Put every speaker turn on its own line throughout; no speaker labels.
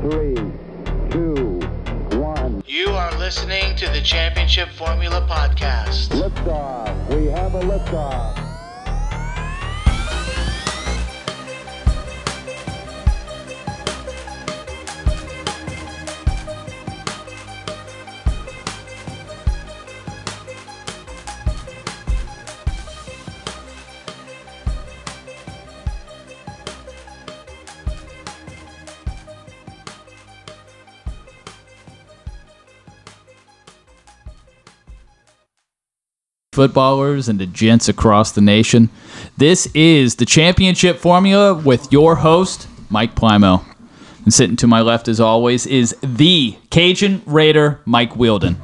three, two, one.
You are listening to the Championship Formula Podcast.
Liftoff. We have a liftoff.
footballers and to gents across the nation. This is the championship formula with your host, Mike Plimo. And sitting to my left, as always, is the Cajun Raider, Mike Wielden.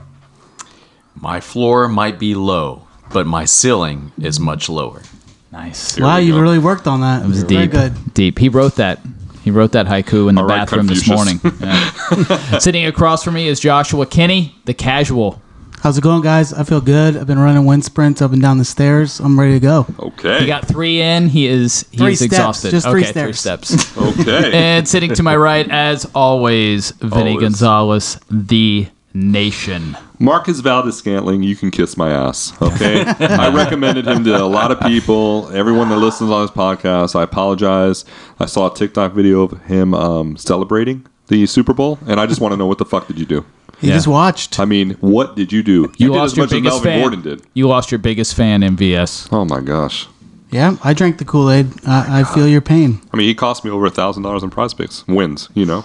My floor might be low, but my ceiling is much lower.
Nice.
Wow,
we
you
go.
really worked on that.
It was
Very
deep.
good.
Deep. He wrote that. He wrote that haiku in the
All right,
bathroom this morning.
Confucius.
Yeah. Sitting across from me is Joshua Kinney, the casual.
How's it going, guys? I feel good. I've been running wind sprints up and down the stairs. I'm ready to go.
Okay.
He got three in. He is he
Three
is
steps,
exhausted.
just three
okay, three
steps.
steps.
okay.
And sitting to my right, as always, Vinny
Always.
Gonzalez, the nation.
Marcus Valdez Scantling, you can kiss my ass. Okay. I recommended him to a lot of people, everyone that listens on this podcast. I apologize. I saw a TikTok video of him um, celebrating the Super Bowl, and I just want to know what the fuck did you do?
He
Yeah.
just watched.
I mean, what did you do?
You,
did
lost your biggest
Melvin
fan.
Gordon did.
You lost your biggest fan, MVS.
Oh my gosh.
yeah, I drank the Kool Aid. I, I feel your pain.
I mean, he cost me over a thousand dollars in prize picks wins. You know.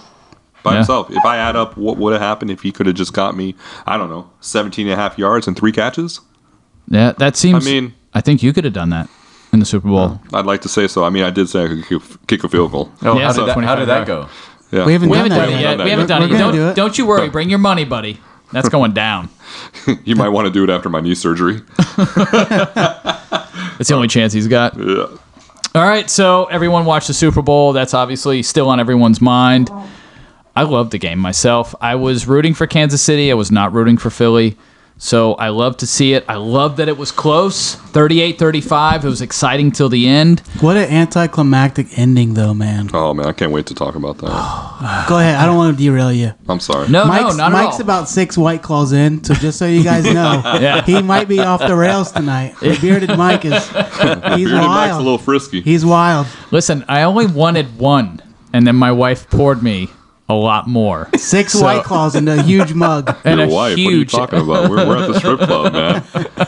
By
Yeah.
himself. If I add up what would have happened if he could have just got me, I don't know, 17 and a half yards and three catches,
Yeah, that seems.
I mean-
I think you could have done that in the Super Bowl.
I'd like to say so. I mean, I did say I could kick- kick a field goal.
Oh,
Yeah,
how,
so
did that, how
25
did that go?
Yeah.
We haven't
We
done
haven't
that
done it
yet.
yet.
We're-
We haven't done it.
we're gonna
Don't,
do it.
don't you worry. Bring your money, buddy. That's going down.
You might want to do it after my knee surgery.
That's the only chance he's got.
Yeah.
All right, so everyone watched the Super Bowl. That's obviously still on everyone's mind. I love the game myself. I was rooting for Kansas City. I was not rooting for Philly. So I love to see it. I love that it was close 38 35. It was exciting till the end.
What an anticlimactic ending, though, man.
Oh man, I can't wait to talk about that.
Go ahead. I don't want to derail you.
I'm sorry.
Oh, No,
Mike's,
no, not
Mike's
at all.
about six white claws in, so just so you guys know, he might be off the rails tonight. The bearded Mike is he's
Bearded Mike's a
wild.
little frisky.
he's wild.
Listen, I only wanted one, and then my wife poured me a lot more.
Six
So-
white claws into a huge mug.
And
Your
a
wife?
huge.
What are you talking about? We're, we're at the strip club,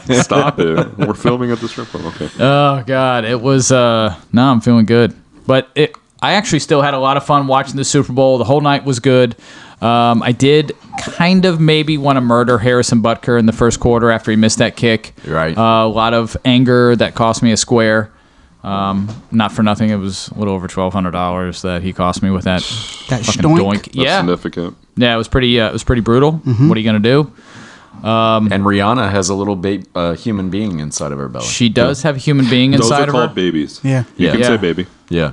man. Stop it. We're filming at the strip club. Okay.
Oh God, it was. uh No, I'm feeling good, but it. I actually still had a lot of fun watching the Super Bowl. The whole night was good. Um, I did kind of maybe want to murder Harrison Butker in the first quarter after he missed that kick.
Right.
Uh, a lot of anger that cost me a square. Um, not for nothing, it was a little over twelve hundred dollars that he cost me with that
That
fucking
shtoink.
doink.
That's
Yeah,
significant.
yeah, it was pretty. Uh, it was pretty brutal. What are you gonna do?
And Rihanna has a little ba- uh, human being inside of her belly.
She does have a human being
Those
inside
are
of
called
her.
babies.
Yeah.
You
Yeah.
can
Yeah.
say baby.
yeah,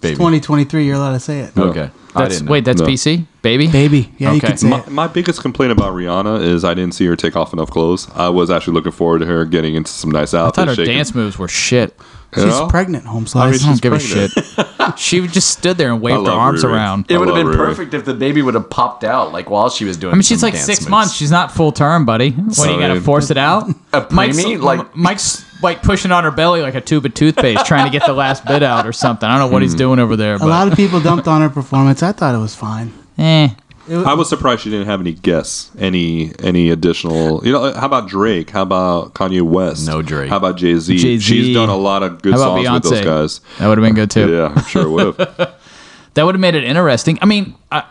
baby.
2023, you're allowed to say it.
Okay, I
That's,
didn't.
wait, that's
No.
BC baby.
Baby. Yeah, you
Okay.
can say
My,
it.
my biggest complaint about Rihanna is I didn't see her take off enough clothes. I was actually looking forward to her getting into some nice
I thought
outfits.
her
shaking-
dance moves were shit.
you
She's
know?
pregnant, home
I mean,
slice.
I don't
she's
give
pregnant.
a shit. she just stood there and
I
waved her
love
arms
Riri.
around.
it would have
I
been
love Riri.
perfect if the baby would have popped out like while she was doing.
I mean, she's like six months. She's not full term, buddy. What are you gonna
Sorry.
force it out?
A preemie? Like-
Mike's like pushing on her belly like a tube of toothpaste, trying to get the last bit out or something. I don't know what he's
Hmm.
doing over there,
A
but
lot of people dumped on her performance. I thought it was fine.
eh.
I was surprised she didn't have any guests, any any additional. You know, how about Drake? How about Kanye West?
No Drake.
How about Jay Z?
Jay-Z.
She's done a lot of good
How about
songs with those
Beyonce?
guys.
That would have been good too.
Yeah, I'm sure it would have.
That would have made it interesting. I mean, I,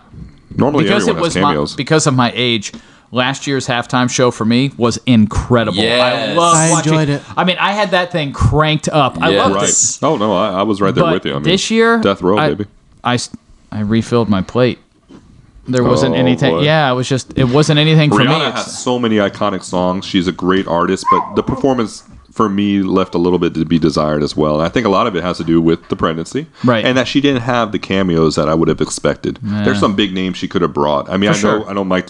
Normally,
because it
everyone has
was my,
cameos.
because of my age. Last year's halftime show for me was incredible. I
Yes.
loved
I
watching-
enjoyed it.
I mean, I had that thing cranked up. I
Yeah.
loved
right.
it.
Oh no, I, I was right there
but
with you. I mean,
this year,
Death Row,
I,
baby.
I, s- I refilled my plate. There wasn't
Oh,
anything.
boy.
Yeah, it was just it wasn't anything for me.
Rihanna
It's-
has so many iconic songs. She's a great artist, but the performance for me left a little bit to be desired as well. And I think a lot of it has to do with the pregnancy,
Right.
And that she didn't have the cameos that I would have expected. There's some big names she could have brought. I mean, I know,
sure.
I know, Mike.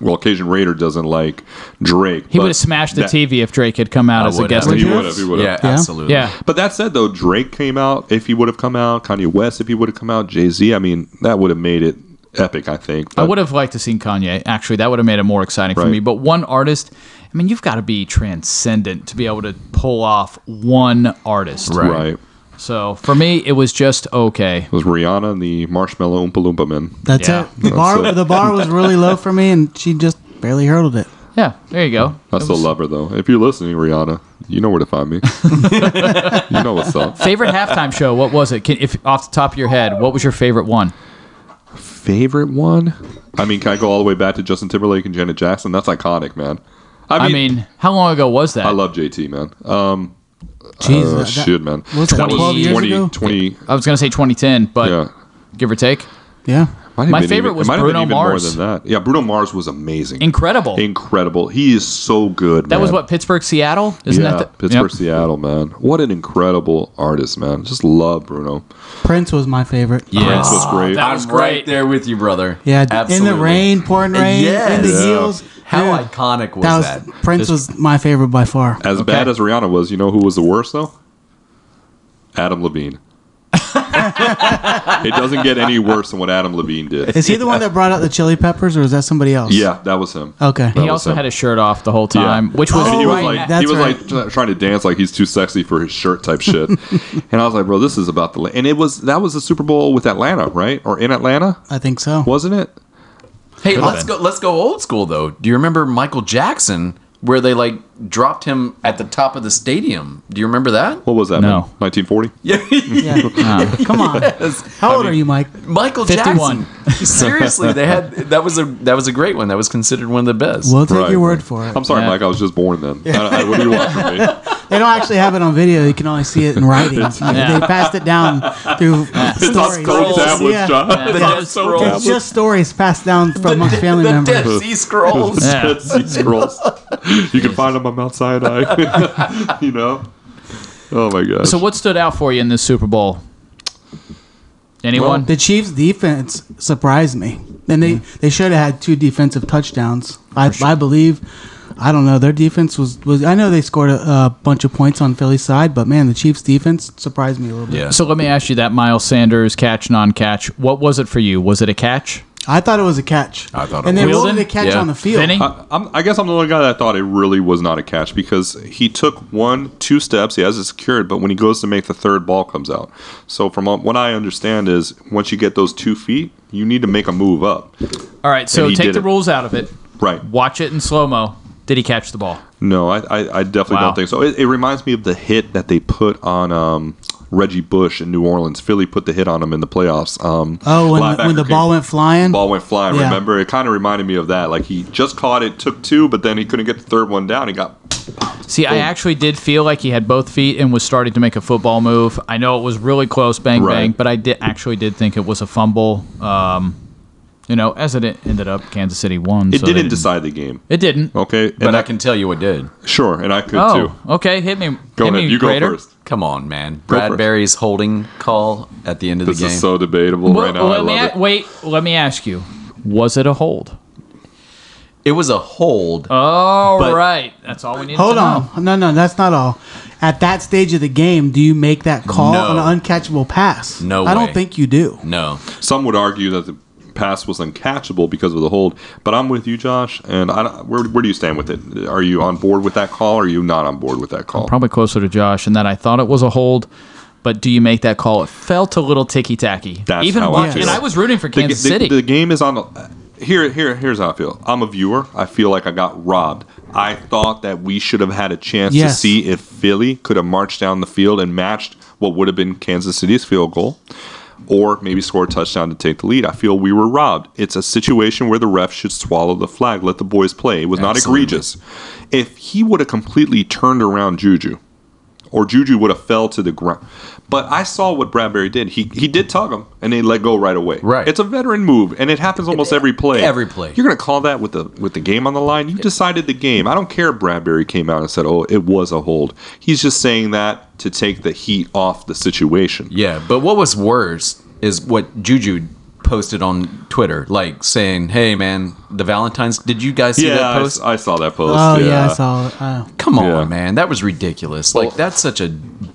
Well, Cajun Raider doesn't like Drake.
he
but
would have smashed the
that-
TV if Drake had come out
I
as a
would
guest.
have.
He
appearance.
would have. He would have.
Yeah,
Yeah.
absolutely.
Yeah,
But that said, though, Drake came out. If he would have come out, Kanye West, if he would have come out, Jay Z, I mean, that would have made it epic, I think.
I
but-
would have liked to seen Kanye. Actually, that would have made it more exciting for
Right.
me. But one artist, I mean, you've got to be transcendent to be able to pull off one artist.
Right.
Right. It
So for me, it was just okay.
was Rihanna and the Marshmallow Oompa Loompa Men.
That's
Yeah.
it. The bar
it.
the bar was really low for me, and she just barely hurdled it.
Yeah, there you go.
I still love her, though. If you're listening, Rihanna, you know where to find me. you know what's up.
Favorite halftime show? What was it? Can, if off the top of your head, what was your favorite one?
Favorite one? I mean, can I go all the way back to Justin Timberlake and Janet Jackson? That's iconic, man.
I mean, how long ago was that?
I love JT, man. Um,
Jesus,
oh,
uh, that-
shit, man.
was that 12 years ago?
20,
I was gonna say 2010, but
yeah.
give or take,
yeah.
Might have
My
been
favorite
even-
was
it might have been
Bruno
even
Mars.
More than that. Yeah, Bruno Mars was amazing.
incredible.
Incredible. He is so good.
that was
man.
what Pittsburgh, Seattle, isn't
yeah,
that the,
Pittsburgh,
Yep.
Seattle, man. What an incredible artist, man. Just love Bruno.
Prince was my favorite. Yeah,
Prince was great.
that-
I'm
was great.
right there with you, brother.
in the rain, pouring rain, in the
Yes.
heels.
How
Yeah.
iconic was
that
that?
was Prince was my favorite by far.
as bad as Rihanna was, you know who was the worst though? Adam Levine. it doesn't get any worse than what Adam Levine did.
Is he the one that brought out the chili peppers, or is that somebody else?
Yeah, that was him.
Okay.
He
was
also
him.
had his shirt off the whole time, which was,
Oh,
he was
right.
like
That's
he was
right.
like tr- trying to dance like he's too sexy for his shirt type shit. and I was like, bro, this is about the la-. and it was that was the Super Bowl with Atlanta, right? Or in Atlanta,
I think so.
wasn't it?
Hey,
Could've
let's
been.
go. Let's go old school though. Do you remember Michael Jackson, where they like dropped him at the top of the stadium? Do you remember that?
What was that?
No.
1940.
Yeah,
Yeah. Come on. How old are you, Mike?
Michael
51.
Jackson. Seriously, they had that was a that was a great one. That was considered one of the best.
We'll take
Right,
your
right.
word for it.
I'm sorry,
Yeah.
Mike. I was just born then. I, I, what do you want from me?
They don't actually have it on video. You can only see it in writing. They passed it down through stories.
Scroll tablets,
Yeah.
John.
The
It's
Death
on
Scrolls.
scroll
It's
tablets.
just stories passed down from amongst family
the
members.
Dead Sea Scrolls.
Yeah.
Dead Sea Scrolls. You can find them on Mount Sinai. you know. Oh my gosh.
so. What stood out for you in this Super Bowl? Anyone?
The Chiefs' defense surprised me. And they, they should have had two defensive touchdowns. I, I believe. I don't know. Their defense was, was I know they scored a, a bunch of points on Philly's side, but man, the Chiefs' defense surprised me a little bit.
Yeah.
so let me ask you that Miles Sanders catch, non-catch. What was it for you? Was it a catch?
I thought it was a catch.
I thought it
and they
was.
rolled it a
Wilson?
catch
Yeah.
on the field.
Vinny?
I, I'm, I guess I'm the only guy that thought it really was not a catch because he took one, two steps. He has it secured, but when he goes to make the third, ball comes out. So from what I understand is, once you get those two feet, you need to make a move up.
All right, so
he
take
did
the
it.
rules out of it.
Right.
Watch it in slow mo. Did he catch the ball?
No, I, I, I definitely
Wow.
don't think so. It, it reminds me of the hit that they put on um, Reggie Bush in New Orleans. Philly put the hit on him in the playoffs. Um,
Oh, when the, when the
linebacker
ball
came-
went flying.
ball went flying.
Yeah.
Remember, it kind of reminded me of that. Like he just caught it, took two, but then he couldn't get the third one down. He got
See, I actually did feel like he had both feet and was starting to make a football move. I know it was really close, bang
Right.
bang, but I did actually did think it was a fumble. Um, you know, as it ended up, Kansas City won.
it
so they
didn't decide the game.
It didn't.
Okay, and
but I
that-
can tell you what did.
sure, and I could too.
Oh, okay. Hit me.
Go
hit
ahead,
me,
you go
Raider.
first.
Come on, man.
Go first.
Bradbury's holding call at the end of
This
the game.
is so debatable
Well,
right now. I
let me
love
a-
it.
Wait, let me ask you: Was it a hold?
it was a hold.
Uh.
All right,
But-
that's all we need.
Hold
to
on.
know.
No, no, that's not all. At that stage of the game, do you make that call
No.
on an uncatchable pass?
No
I
way.
don't think you do.
no.
Some would argue that the pass was uncatchable because of the hold, but I'm with you, Josh. And I don't, where, where do you stand with it? Are you on board with that call? or Are you not on board with that call?
Probably closer to Josh, and that I thought it was a hold. But do you make that call? It felt a little ticky tacky.
That's
Even
how I
watching,
feel.
and I was rooting for
The,
Kansas
the-
City.
the game is on. the- uh, Here, here, here's how I feel. I'm a viewer. I feel like I got robbed. I thought that we should have had a chance to
Yes.
see if Philly could have marched down the field and matched what would have been Kansas City's field goal, or maybe score a touchdown to take the lead. I feel we were robbed. It's a situation where the ref should swallow the flag, let the boys play. It was
Absolutely.
not egregious. If he would have completely turned around Juju, or Juju would have fell to the ground. But I saw what Bradbury did. He he did tug him, and they let go right away.
Right.
It's a veteran move, and it happens almost every play.
Every play.
You're going to call that with the with the game on the line. You decided the game. I don't care. if Bradbury came out and said, "Oh, it was a hold." He's just saying that to take the heat off the situation.
Yeah, but what was worse is what Juju posted on Twitter, like saying, "Hey, man, the Valentines. Did you guys see
Yeah,
that
I,
post?
I saw that post.
uh,
Oh yeah, I saw it. Oh.
Come on,
Yeah.
man, that was ridiculous. Like that's such a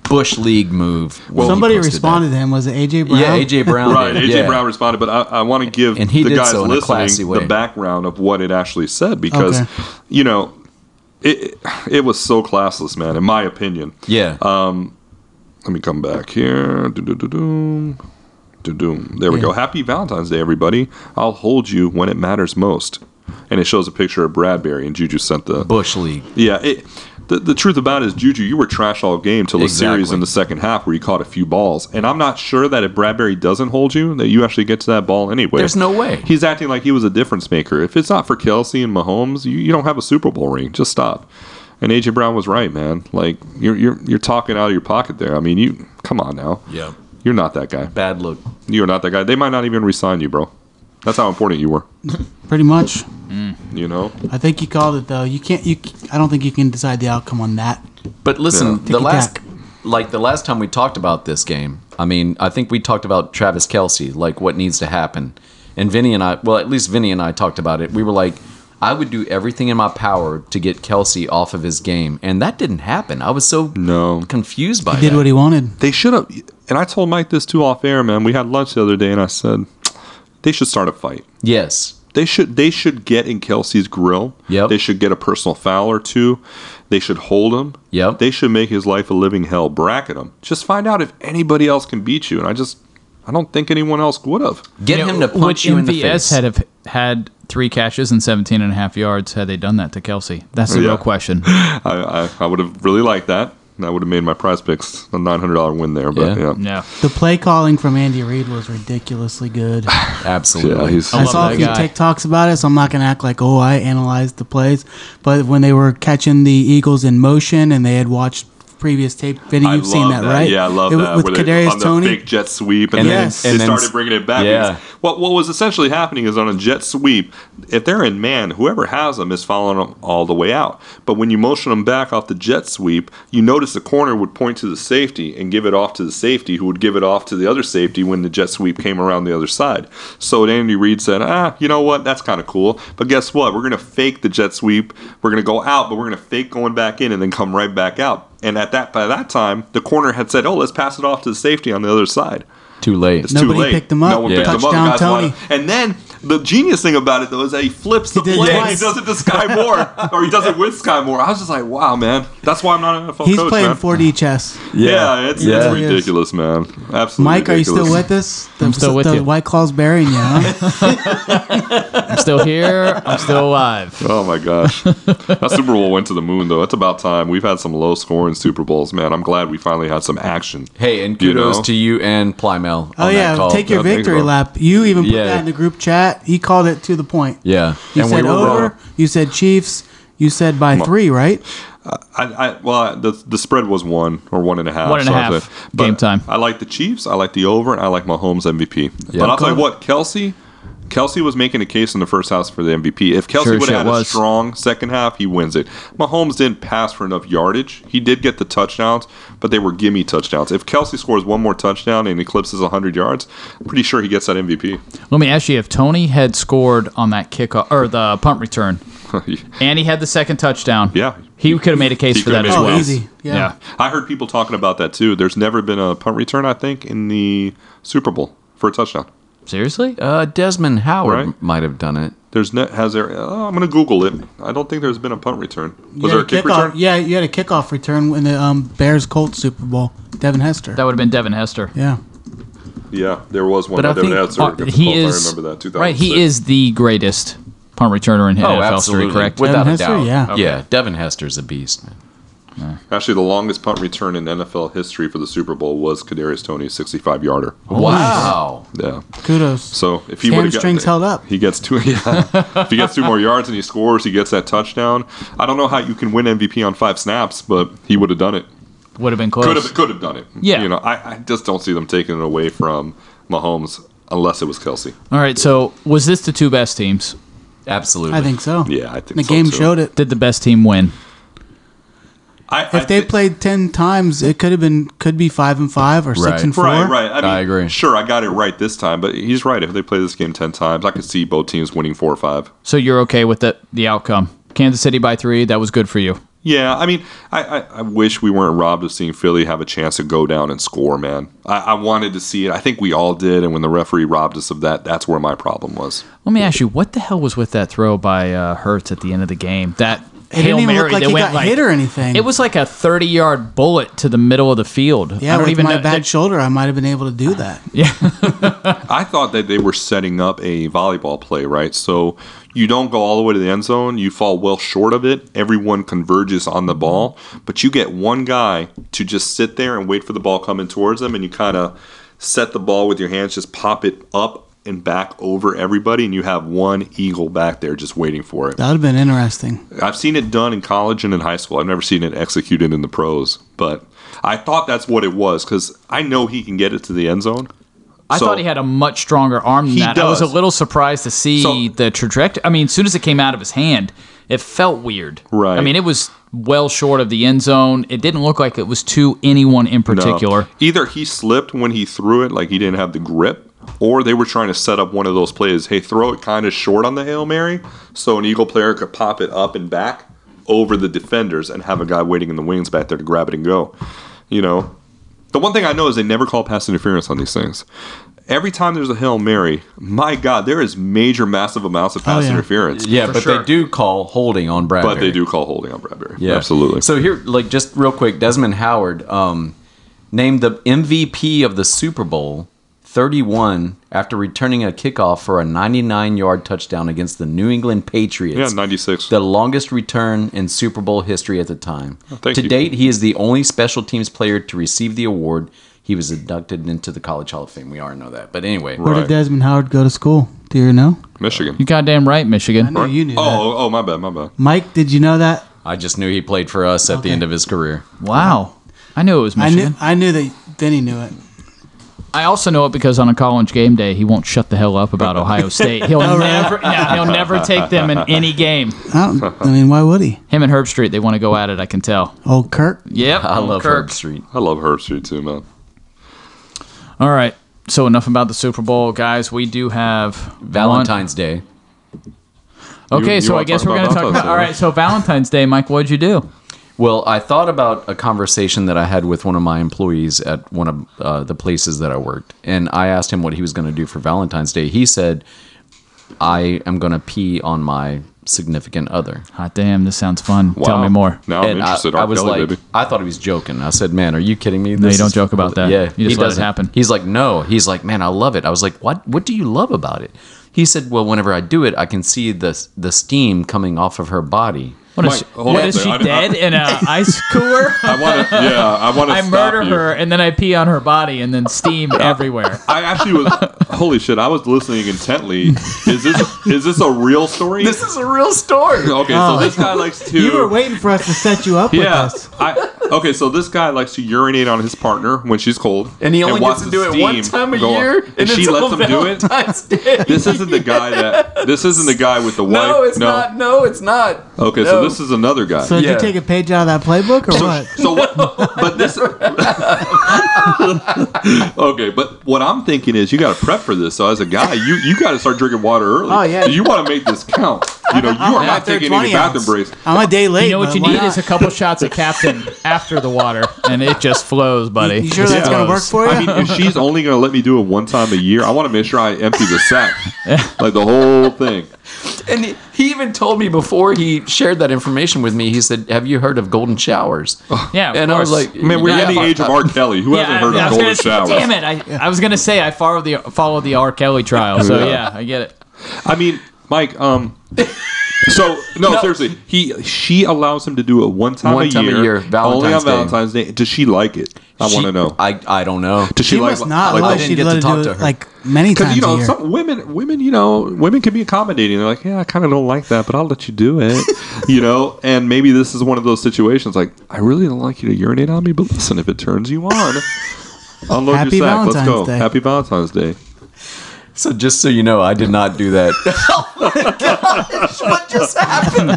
bush league move. when he
Somebody
posted that.
responded to him. Was it AJ Brown?
Yeah, AJ Brown.
Right,
did,
AJ
yeah.
Brown responded, but I, I want to give
And he
the
did
guys
so in a classy
listening
way.
the background of what it actually said because,
Okay.
you know, it it was so classless, man. In my opinion,
Yeah.
let me come back here. Do-do-do-doom. Do-doom. There we go. Happy Valentine's Day, everybody. I'll hold you when it matters most. And it shows a picture of Bradbury, and Juju sent the
bush league.
Yeah, it, the, the truth about it is, Juju, you were trash all game till a series
Exactly.
in the second half where you caught a few balls. And I'm not sure that if Bradbury doesn't hold you, that you actually get to that ball anyway.
There's no way.
He's acting like he was a difference maker. If it's not for Kelsey and Mahomes, you, you don't have a Super Bowl ring. Just stop. And AJ Brown was right, man. Like you're you're you're talking out of your pocket there. I mean, you come on now.
Yeah.
You're not that guy.
Bad look.
You're not that guy. They might not even resign you, bro. That's how important you were.
Pretty much.
You know.
I think you called it though. You can't. You. I don't think you can decide the outcome on that.
But listen,
Yeah.
the last
Ticky-tack.
like the last time we talked about this game, I mean, I think we talked about Travis Kelsey, like what needs to happen. And Vinny and I well, at least Vinny and I talked about it. We were like, I would do everything in my power to get Kelsey off of his game. And that didn't happen. I was so
No.
confused by
He did
that.
what he wanted.
They should have. And I told Mike this too off air, man. We had lunch the other day, and I said they should start a fight.
yes.
They should. They should get in Kelsey's grill.
Yep.
They should get a personal foul or two. They should hold him.
Yep.
They should make his life a living hell. Bracket him. Just find out if anybody else can beat you. And I just, I don't think anyone else would have.
Get
know,
him to
would
punch you in the
MVS
face.
had have had three catches and 17 and a half yards had they done that to Kelsey? That's the
Yeah.
real question.
I, I, I would have really liked that. And I would have made my prize picks a nine hundred dollar win there. But
Yeah.
yeah,
No.
The play calling from Andy Reid was ridiculously good.
Absolutely. Oh,
Yeah, he's-
I
love
saw
that
a few
guy.
TikToks about it, so I'm not gonna act like oh I analyzed the plays. But when they were catching the Eagles in motion and they had watched previous tape, Vinny,
I
you've seen
love
that, right?
Yeah, I love
It-
that.
With
where they- on
Kadarius
the
Tony,
fake jet sweep, and,
And
then
Yes.
they
and then-
started bringing it back.
Yeah.
Because What what was essentially happening is on a jet sweep, if they're in man, whoever has them is following them all the way out. But when you motion them back off the jet sweep, you notice the corner would point to the safety and give it off to the safety, who would give it off to the other safety when the jet sweep came around the other side. So Andy Reid said, ah, you know what? That's kind of cool. But guess what? We're gonna fake the jet sweep. We're gonna go out, but we're gonna fake going back in and then come right back out. And at that by that time, the corner had said, "Oh, let's pass it off to the safety on the other side."
Too late.
It's
Nobody
too late.
picked him up.
No one
Yeah.
picked him up. The
Touchdown,
guys
Tony.
wanted- And then the genius thing about it though is that he flips the
He did
play and he
twice.
does it to Sky Moore, or he does it with Sky Moore. I was just like, wow, man. That's why I'm not an NFL
he's
coach,
playing
man.
4D chess.
yeah, it's,
Yeah.
it's ridiculous, man. Absolutely.
Mike, are you
ridiculous.
still with us? The, I'm
still with
the
you.
White Claw's burying you. Huh?
I'm still here. I'm still alive.
Oh my gosh, that Super Bowl went to the moon though. It's about time. We've had some low scoring Super Bowls, man. I'm glad we finally had some action.
Hey, and
You
kudos
know?
to you and Plymel.
oh yeah, take your
No, thanks,
victory
bro.
lap. You even put
Yeah.
that in the group chat. He called it to the point.
Yeah.
You
and
said
we were
over.
wrong.
You said Chiefs. You said by three, right?
I, I well, the the spread was one or one and a half.
One and a half.
something. But
Game time.
I like the Chiefs. I like the over, and I like Mahomes MVP.
Yeah.
but I'll tell you what, Kelsey. Kelsey was making a case in the first house for the MVP. If Kelsey
Sure
would
shit
have had a
was.
strong second half, he wins it. Mahomes didn't pass for enough yardage. He did get the touchdowns, but they were gimme touchdowns. If Kelsey scores one more touchdown and eclipses 100 yards, I'm pretty sure he gets that MVP.
Let me ask you if Tony had scored on that kickoff or the punt return and he had the second touchdown,
Yeah.
he could have made a case
He
for
could have
that as
made a
well.
case. Oh, easy. Yeah.
I heard people talking about that too. There's never been a punt return, I think, in the Super Bowl for a touchdown.
Seriously?
Uh, Desmond Howard
Right.
might have done it.
There's no, has there? Oh, I'm gonna Google it. I don't think there's been a punt return. Was
You
there a
had
kick
kickoff-
return?
Yeah, you had a kickoff return in the um, Bears Colts Super Bowl. Devin Hester.
That would have been Devin Hester.
yeah.
Yeah, there was one.
But I
Devin
think-
Hester
Uh,
against
he
the Colts.
is
I remember that. 2006.
right. He is the greatest punt returner
Oh,
in NFL history. Correct.
Oh, Without
Devin
a
Hester,
doubt.
yeah.
Yeah. Devin Hester's a beast, man.
actually the longest punt return in NFL history for the Super Bowl was Kadarius Tony's 65 yarder.
Oh. Wow.
Yeah.
Kudos.
So if he would have
Hamstrings held up.
he gets two. Yeah. if he gets two more yards and he scores, he gets that touchdown. I don't know how you can win MVP on five snaps, but he would have done it.
Would have been
Could
close.
have could have done it.
Yeah.
You know, I, I just don't see them taking it away from Mahomes unless it was Kelsey.
All right. So was this the two best teams?
Absolutely.
I think so.
Yeah, I think
the
so,
game
too.
showed it.
Did the best team win?
I, I
If they
thi-
played ten times, it could have been could be five and five or
Right.
six and four.
Right, right. I, mean,
I agree.
Sure, I got it right this time, but he's right. If they play this game ten times, I could see both teams winning four or five.
So you're okay with the the outcome? Kansas City by three. That was good for you.
Yeah, I mean, I, I, I wish we weren't robbed of seeing Philly have a chance to go down and score, man. I, I wanted to see it. I think we all did. And when the referee robbed us of that, that's where my problem was.
Let me ask you, what the hell was with that throw by uh, Hertz at the end of the game? That
It
hail
didn't even
mary
look like
that
he
went
got
like
hit or anything.
It was like a thirty-yard bullet to the middle of the field.
Yeah,
I don't
with
even
my
know.
bad shoulder, I might have been able to do that.
I thought that they were setting up a volleyball play, right? So you don't go all the way to the end zone. You fall well short of it. Everyone converges on the ball, but you get one guy to just sit there and wait for the ball coming towards them, and you kind of set the ball with your hands, just pop it up and back over everybody, and you have one eagle back there just waiting for it.
That would have been interesting.
I've seen it done in college and in high school. I've never seen it executed in the pros, but I thought that's what it was because I know he can get it to the end zone.
I
So-
thought he had a much stronger arm than
He
that. I was a
does.
little surprised to see
So-
the trajectory. I mean, as soon as it came out of his hand, it felt weird.
Right.
I mean, it was well short of the end zone. It didn't look like it was to anyone in
No.
particular.
Either he slipped when he threw it, like he didn't have the grip, or they were trying to set up one of those plays. Hey, throw it kind of short on the Hail Mary so an Eagle player could pop it up and back over the defenders and have a guy waiting in the wings back there to grab it and go. You know, the one thing I know is they never call pass interference on these things. Every time there's a Hail Mary, my God, there is major, massive amounts of pass
yeah.
interference.
Yeah, but
sure.
they do call holding on Bradbury.
But they do call holding on Bradbury.
Yeah,
Absolutely.
So here, like, just real quick, Desmond Howard um, named the MVP of the Super Bowl 31 after returning a kickoff for a 99-yard touchdown against the New England
yeah,
Patriots.
96.
The longest return in Super Bowl history at the time.
Oh, thank
to
you.
date, he is the only special teams player to receive the award. He was inducted into the College Hall of Fame. We already know that. But anyway,
Where
Right.
did Desmond Howard go to school? Do you know?
Michigan.
You goddamn right,
I
Michigan.
know you knew that.
Oh, oh, my bad, my bad.
Mike, did you know that?
I just knew he played for us at the
Okay.
end of his career.
Wow. I knew it was
I
Michigan.
knew. I knew that. Vinny knew it.
I also know it because on a college game day, he won't shut the hell up about Ohio State. He'll never, yeah, he'll never take them in any game.
I, don't, I mean, why would he?
Him and Herb Street, they want to go at it. I can tell.
Old Kirk.
Yep,
I love Herb
Kirk.
Street.
I love Herb Street too, man.
All right, so enough about the Super Bowl, guys. We do have
Valentine's Day.
one- Okay,
You- you
so
wanna
I guess
talk
we're going to
about
talk
Valentine's
about.
Day,
All
right?
right, so Valentine's Day, Mike. What'd you do?
Well, I thought about a conversation that I had with one of my employees at one of uh, the places that I worked, and I asked him what he was going to do for Valentine's Day. He said, "I am going to pee on my significant other."
Hot damn, this sounds fun. Tell
Wow.
me more.
Now I'm
And I-
interested.
I,
R.
was
Kelly,
like,
baby.
I thought he was joking. I said, "Man, are you kidding me?"
you
This
don't
is-
joke about that.
Yeah,
You just let it
doesn't.
happen.
He's like, "No." He's like, "Man, I love it." I was like, "What? What do you love about it?" He said, "Well, whenever I do it, I can see the the steam coming off of her body."
What is,
Mike, hold
what
on
is
a
she
second. I-
dead in a ice cooler?
I want to. Yeah, I want to.
I murder her and then I pee on her body and then steam everywhere.
I actually was. holy shit! I was listening intently. Is this is this a real story?
This is a real story.
okay. so this guy likes to.
Oh. You were waiting for us to set you up with
yeah.
us.
I, okay, so this guy likes to urinate on his partner when she's cold,
And he only
wants
gets to do it
the
one
steam
time a
go on.
year,
and, she lets him do it.
do it.
This isn't the guy that. This isn't the guy with the wife.
no, it's not. No, it's not.
Okay, so
No.
this is another guy.
So did
Yeah.
you take a page out of that playbook or what?
So what? But this. okay, but what I'm thinking is you got to prep for this. So as a guy, you you got to start drinking water early.
Oh, yeah.
You want to make this count. You know, you are
I'm out
not
there
taking any
20
bathroom
ounce.
breaks.
I'm a day late.
You know what
but
you
why
need
not?
is a couple shots of Captain after the water, and it just flows, buddy.
You sure
It
that's gonna work
flows.
for you?
I mean, if she's only going to let me do it one time a year, I want to make sure I empty the sack, like the whole thing.
And he, he even told me before he shared that information with me. He said, "Have you heard of golden showers?"
Yeah, of
and I was
course.
like,
Man, we're in the age of R. Kelly. Who
Yeah,
hasn't heard
I- I was
of golden
gonna say-
showers?
Damn it! I, I was gonna say I followed the followed the R. Kelly trial, so yeah,
Yeah.
I get it.
I mean, Mike. Um. So no, seriously, he she allows him to do it one time,
One
a,
time a
year,
year,
only on
Valentine's Day.
Valentine's Day. Does she like it? I want to know.
I, I don't know.
Does
She must not.
I
Otherwise
didn't
she'd
get
let
to
it
talk
do
to
it,
her.
like many
Because
times
you
a
know,
year.
some women, women, you know, women can be accommodating. They're like, yeah, I kind of don't like that, but I'll let you do it, you know. And maybe this is one of those situations, like, I really don't like you to urinate on me, but listen, if it turns you on, unload
Happy
your sack. Let's go.
Valentine's Day.
Happy Valentine's Day.
So just so you know, I did not do that. oh my gosh! What just happened?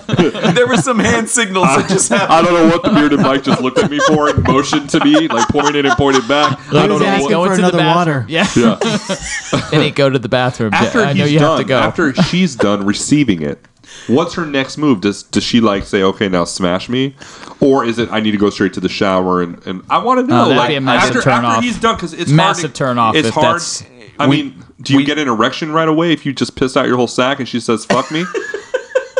there were some hand signals that just happened.
I don't know what the bearded Mike just looked at me for and motioned to me, like pointed and pointed back.
was
I don't know.
asking
What,
for another water.
Yeah,
yeah.
and he go to the bathroom.
After
I know
he's
you
done,
have to go.
after she's done receiving it, What's her next move? Does does she like say, okay, now smash me, or is it I need to go straight to the shower and, and I want to know?
that'd
like,
be a massive
after,
turn
after
off.
he's done because it's
Massive
hard to,
turn off
It's
if
hard.
that's-
I
we-
mean, do you
we-
get an erection right away if you just piss out your whole sack and she says, fuck me?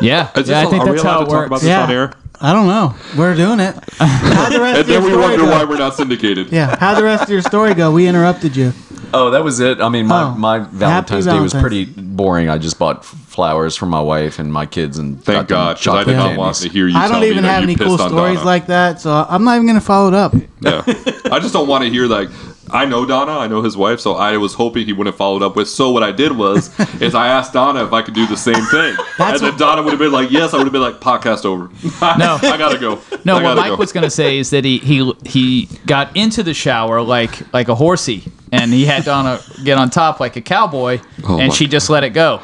Yeah,
Is this
yeah. I
all-
think
are we
that's
allowed
how
to
it
talk
works.
about this
Yeah.
on air?
I don't know. We're doing it. How the rest
And
of your
then we
story
wonder
go?
why we're not syndicated.
Yeah. How the rest of your story go? We interrupted you.
Oh, that was it. I mean, my,
Oh.
my
Happy
Valentine's Day was
Valentine's.
pretty boring. I just bought f- flowers for my wife and my kids, and got
Thank
them
God, 'cause I
chocolate
did not
candies.
want to hear you.
I
tell
don't
me
even
that
have
you
any cool
pissed on
stories
Donna.
like that, so I'm not even gonna follow it up.
Yeah. I just don't want to hear like I know Donna, I know his wife, so I was hoping he wouldn't have followed up with. So what I did was is I asked Donna if I could do the same thing, and then Donna would have been like, "Yes," I would have been like, "Podcast over.
No.
I gotta go.
No,
I
what
gotta
Mike
go.
was gonna say is that he he he got into the shower like like a horsey, and he had Donna get on top like a cowboy,
Oh
and
my
she just let it go,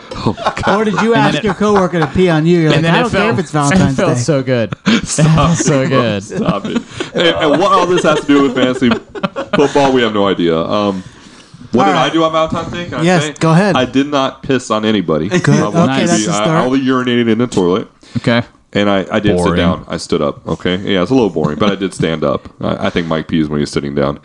Or did you ask
it-
your coworker to pee on you? You're like,
and then it
I don't care
felt
if it's Valentine's
it felt
Day.
so good, it felt so good.
Stop it. And, and what all this has to do with fantasy football, we have no idea. Um, what
All
did
right.
I do on Valentine's Day? Can I
Yes,
say?
go ahead.
I did not piss on anybody. Good. I, want
Okay,
to
that's
be-
a
I-
start.
I only urinated in the toilet.
Okay,
And I, I did
Boring.
sit down. I stood up. Okay. Yeah, it's a little boring, but I did stand up. I, I think Mike pees when he's sitting down.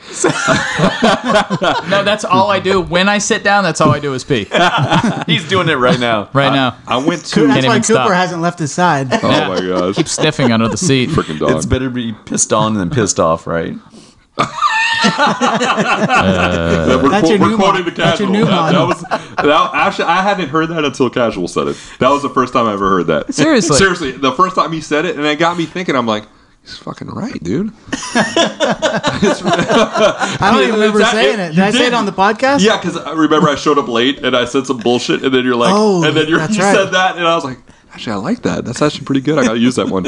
no, that's all I do when I sit down. That's all I do is pee right
He's doing it right now.
now.
I went to.
Can't
That's why
even
Cooper
stop.
hasn't left his side.
Oh my gosh.
Keep sniffing under the seat.
Freaking dog.
It's better be pissed on than pissed off, right?
we're
That's your new mod-
quoting the
that's your
casual.
new
that, that
mod.
was that, actually I hadn't heard that until casual said it. That was the first time I ever heard that.
Seriously.
seriously, the first time he said it, and it got me thinking. I'm like, he's fucking right, dude.
I don't even remember
That-
saying it. Did
you
I say it
did.
on the podcast?
Yeah, because I remember I showed up late and I said some bullshit, and then you're like,
Oh,
and then you're,
that's
you
right.
said that, and I was like, actually, I like that. That's actually pretty good. I gotta use that one.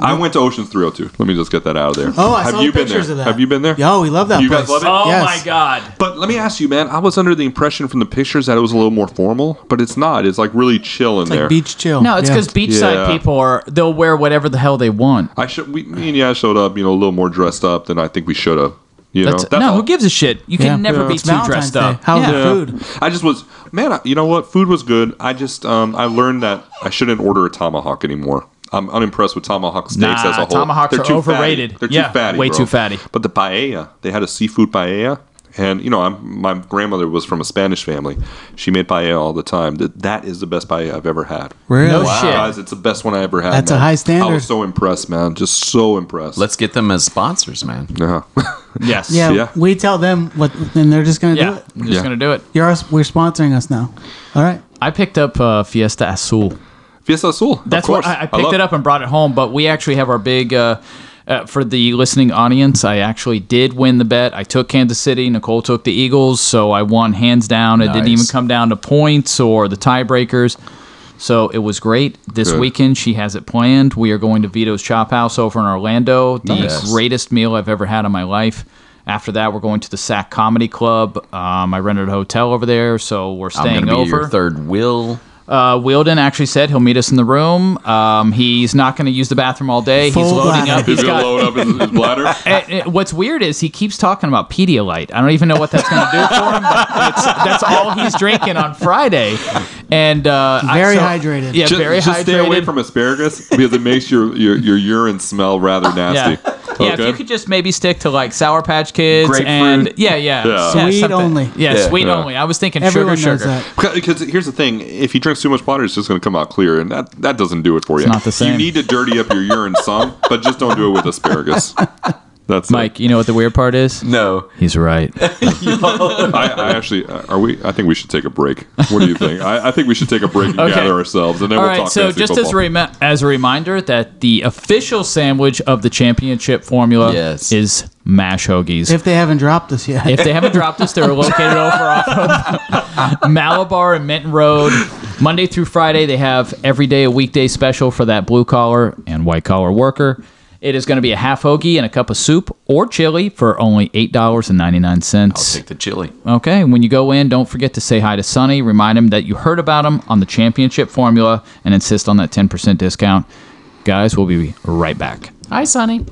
I went to Ocean's 302. Let me just get that out of there.
Oh, I
Have
saw
you
the
been
pictures
there?
of that.
Have you been there?
Yo, we love that
You
place.
guys love it?
Oh
Yes.
my god!
But let me ask you, man. I was under the impression from the pictures that it was a little more formal, but it's not. It's like really chill in
Like
there.
beach chill.
No, it's
Yeah.
because beachside
Yeah.
people are they'll wear whatever the hell they want.
I should. We, me and yeah showed up, you know, a little more dressed up than I think we should have. You know,
That's, no,
all.
who gives a shit? You can
Yeah.
never
Yeah.
be
It's
too dressed up.
How was
Yeah.
the food?
I just was, man. I, you know what? Food was good. I just, um, I learned that I shouldn't order a tomahawk anymore. I'm unimpressed with tomahawk steaks
Nah,
as a whole.
tomahawks are
fatty.
overrated.
They're
Yeah,
too fatty.
way
bro.
too fatty.
But the paella, they had a seafood paella, and you know, I'm, my grandmother was from a Spanish family. She made paella all the time. That that is the best paella I've ever had.
Really?
No shit.
Guys, it's the best one I ever had.
That's a
man.
high standard.
I was so impressed, man. Just so impressed.
Let's get them as sponsors, man.
Yeah.
Yes.
Yeah,
Yeah.
we tell them what, and they're just gonna do
Yeah.
it.
I'm just
Yeah.
gonna do it.
You're us, we're sponsoring us now. All right.
I picked up uh, Fiesta Azul.
Fiesta Azul.
That's
of course.
what I, I picked
love-
it up and brought it home. But we actually have our big uh, uh, for the listening audience. I actually did win the bet. I took Kansas City. Nicole took the Eagles, so I won hands down. It didn't
Nice.
even come down to points or the tiebreakers. So it was great. This
Good.
weekend she has it planned. We are going to Vito's Chop House over in Orlando. The
Nice.
greatest meal I've ever had in my life. After that, we're going to the Sac Comedy Club. Um, I rented a hotel over there, so we're
I'm
staying
gonna be
over.
your third will.
Uh, Wielden actually said he'll meet us in the room. Um, he's not going to use the bathroom all day. he's
Full
loading
bladder.
up. He's
He's gonna
got.
load up his, his bladder.
And- and what's weird is he keeps talking about Pedialyte. I don't even know what that's going to do for him, but it's, that's all he's drinking on Friday. And uh, I-
Very hydrated.
Yeah,
Ju- just,
very hydrated.
stay away from asparagus because it makes your, your, your urine smell rather
yeah.
nasty. Oh,
yeah, if you could just maybe stick to like Sour Patch Kids
Grapefruit.
and yeah, yeah,
Yeah.
Sweet
something.
only.
Yeah,
Yeah.
sweet
Yeah.
only. I was thinking
Everyone
sugar,
knows
sugar.
that.
Because here's the thing: if he drinks too much water, it's just going to come out clear, and that, that doesn't do it for you.
not the same.
You need to dirty up your urine some, but just don't do it with asparagus. That's it.
Mike, you know what the weird part is?
No,
He's right.
I, I actually uh, are we? I think we should take a break. What do you think? I, I think we should take a break and
Okay.
gather ourselves, and then
All
we'll
right,
talk.
so
fantasy
just as,
football.
rem- as a reminder that the official sandwich of the championship formula
Yes.
is mash hoagies. If,
If they haven't dropped us yet,
they haven't dropped us, they're located over off of Malabar and Minton Road. Monday through Friday, they have every day a weekday special for that blue collar and white collar worker. It is going to be a half hoagie and a cup of soup or chili for only eight dollars and ninety nine
I'll
cents.
take the chili.
Okay, and when you go in, don't forget to say hi to Sonny, remind him that you heard about him on the championship formula, and insist on that 10% discount. Guys, we'll be right back. Hi, Sonny.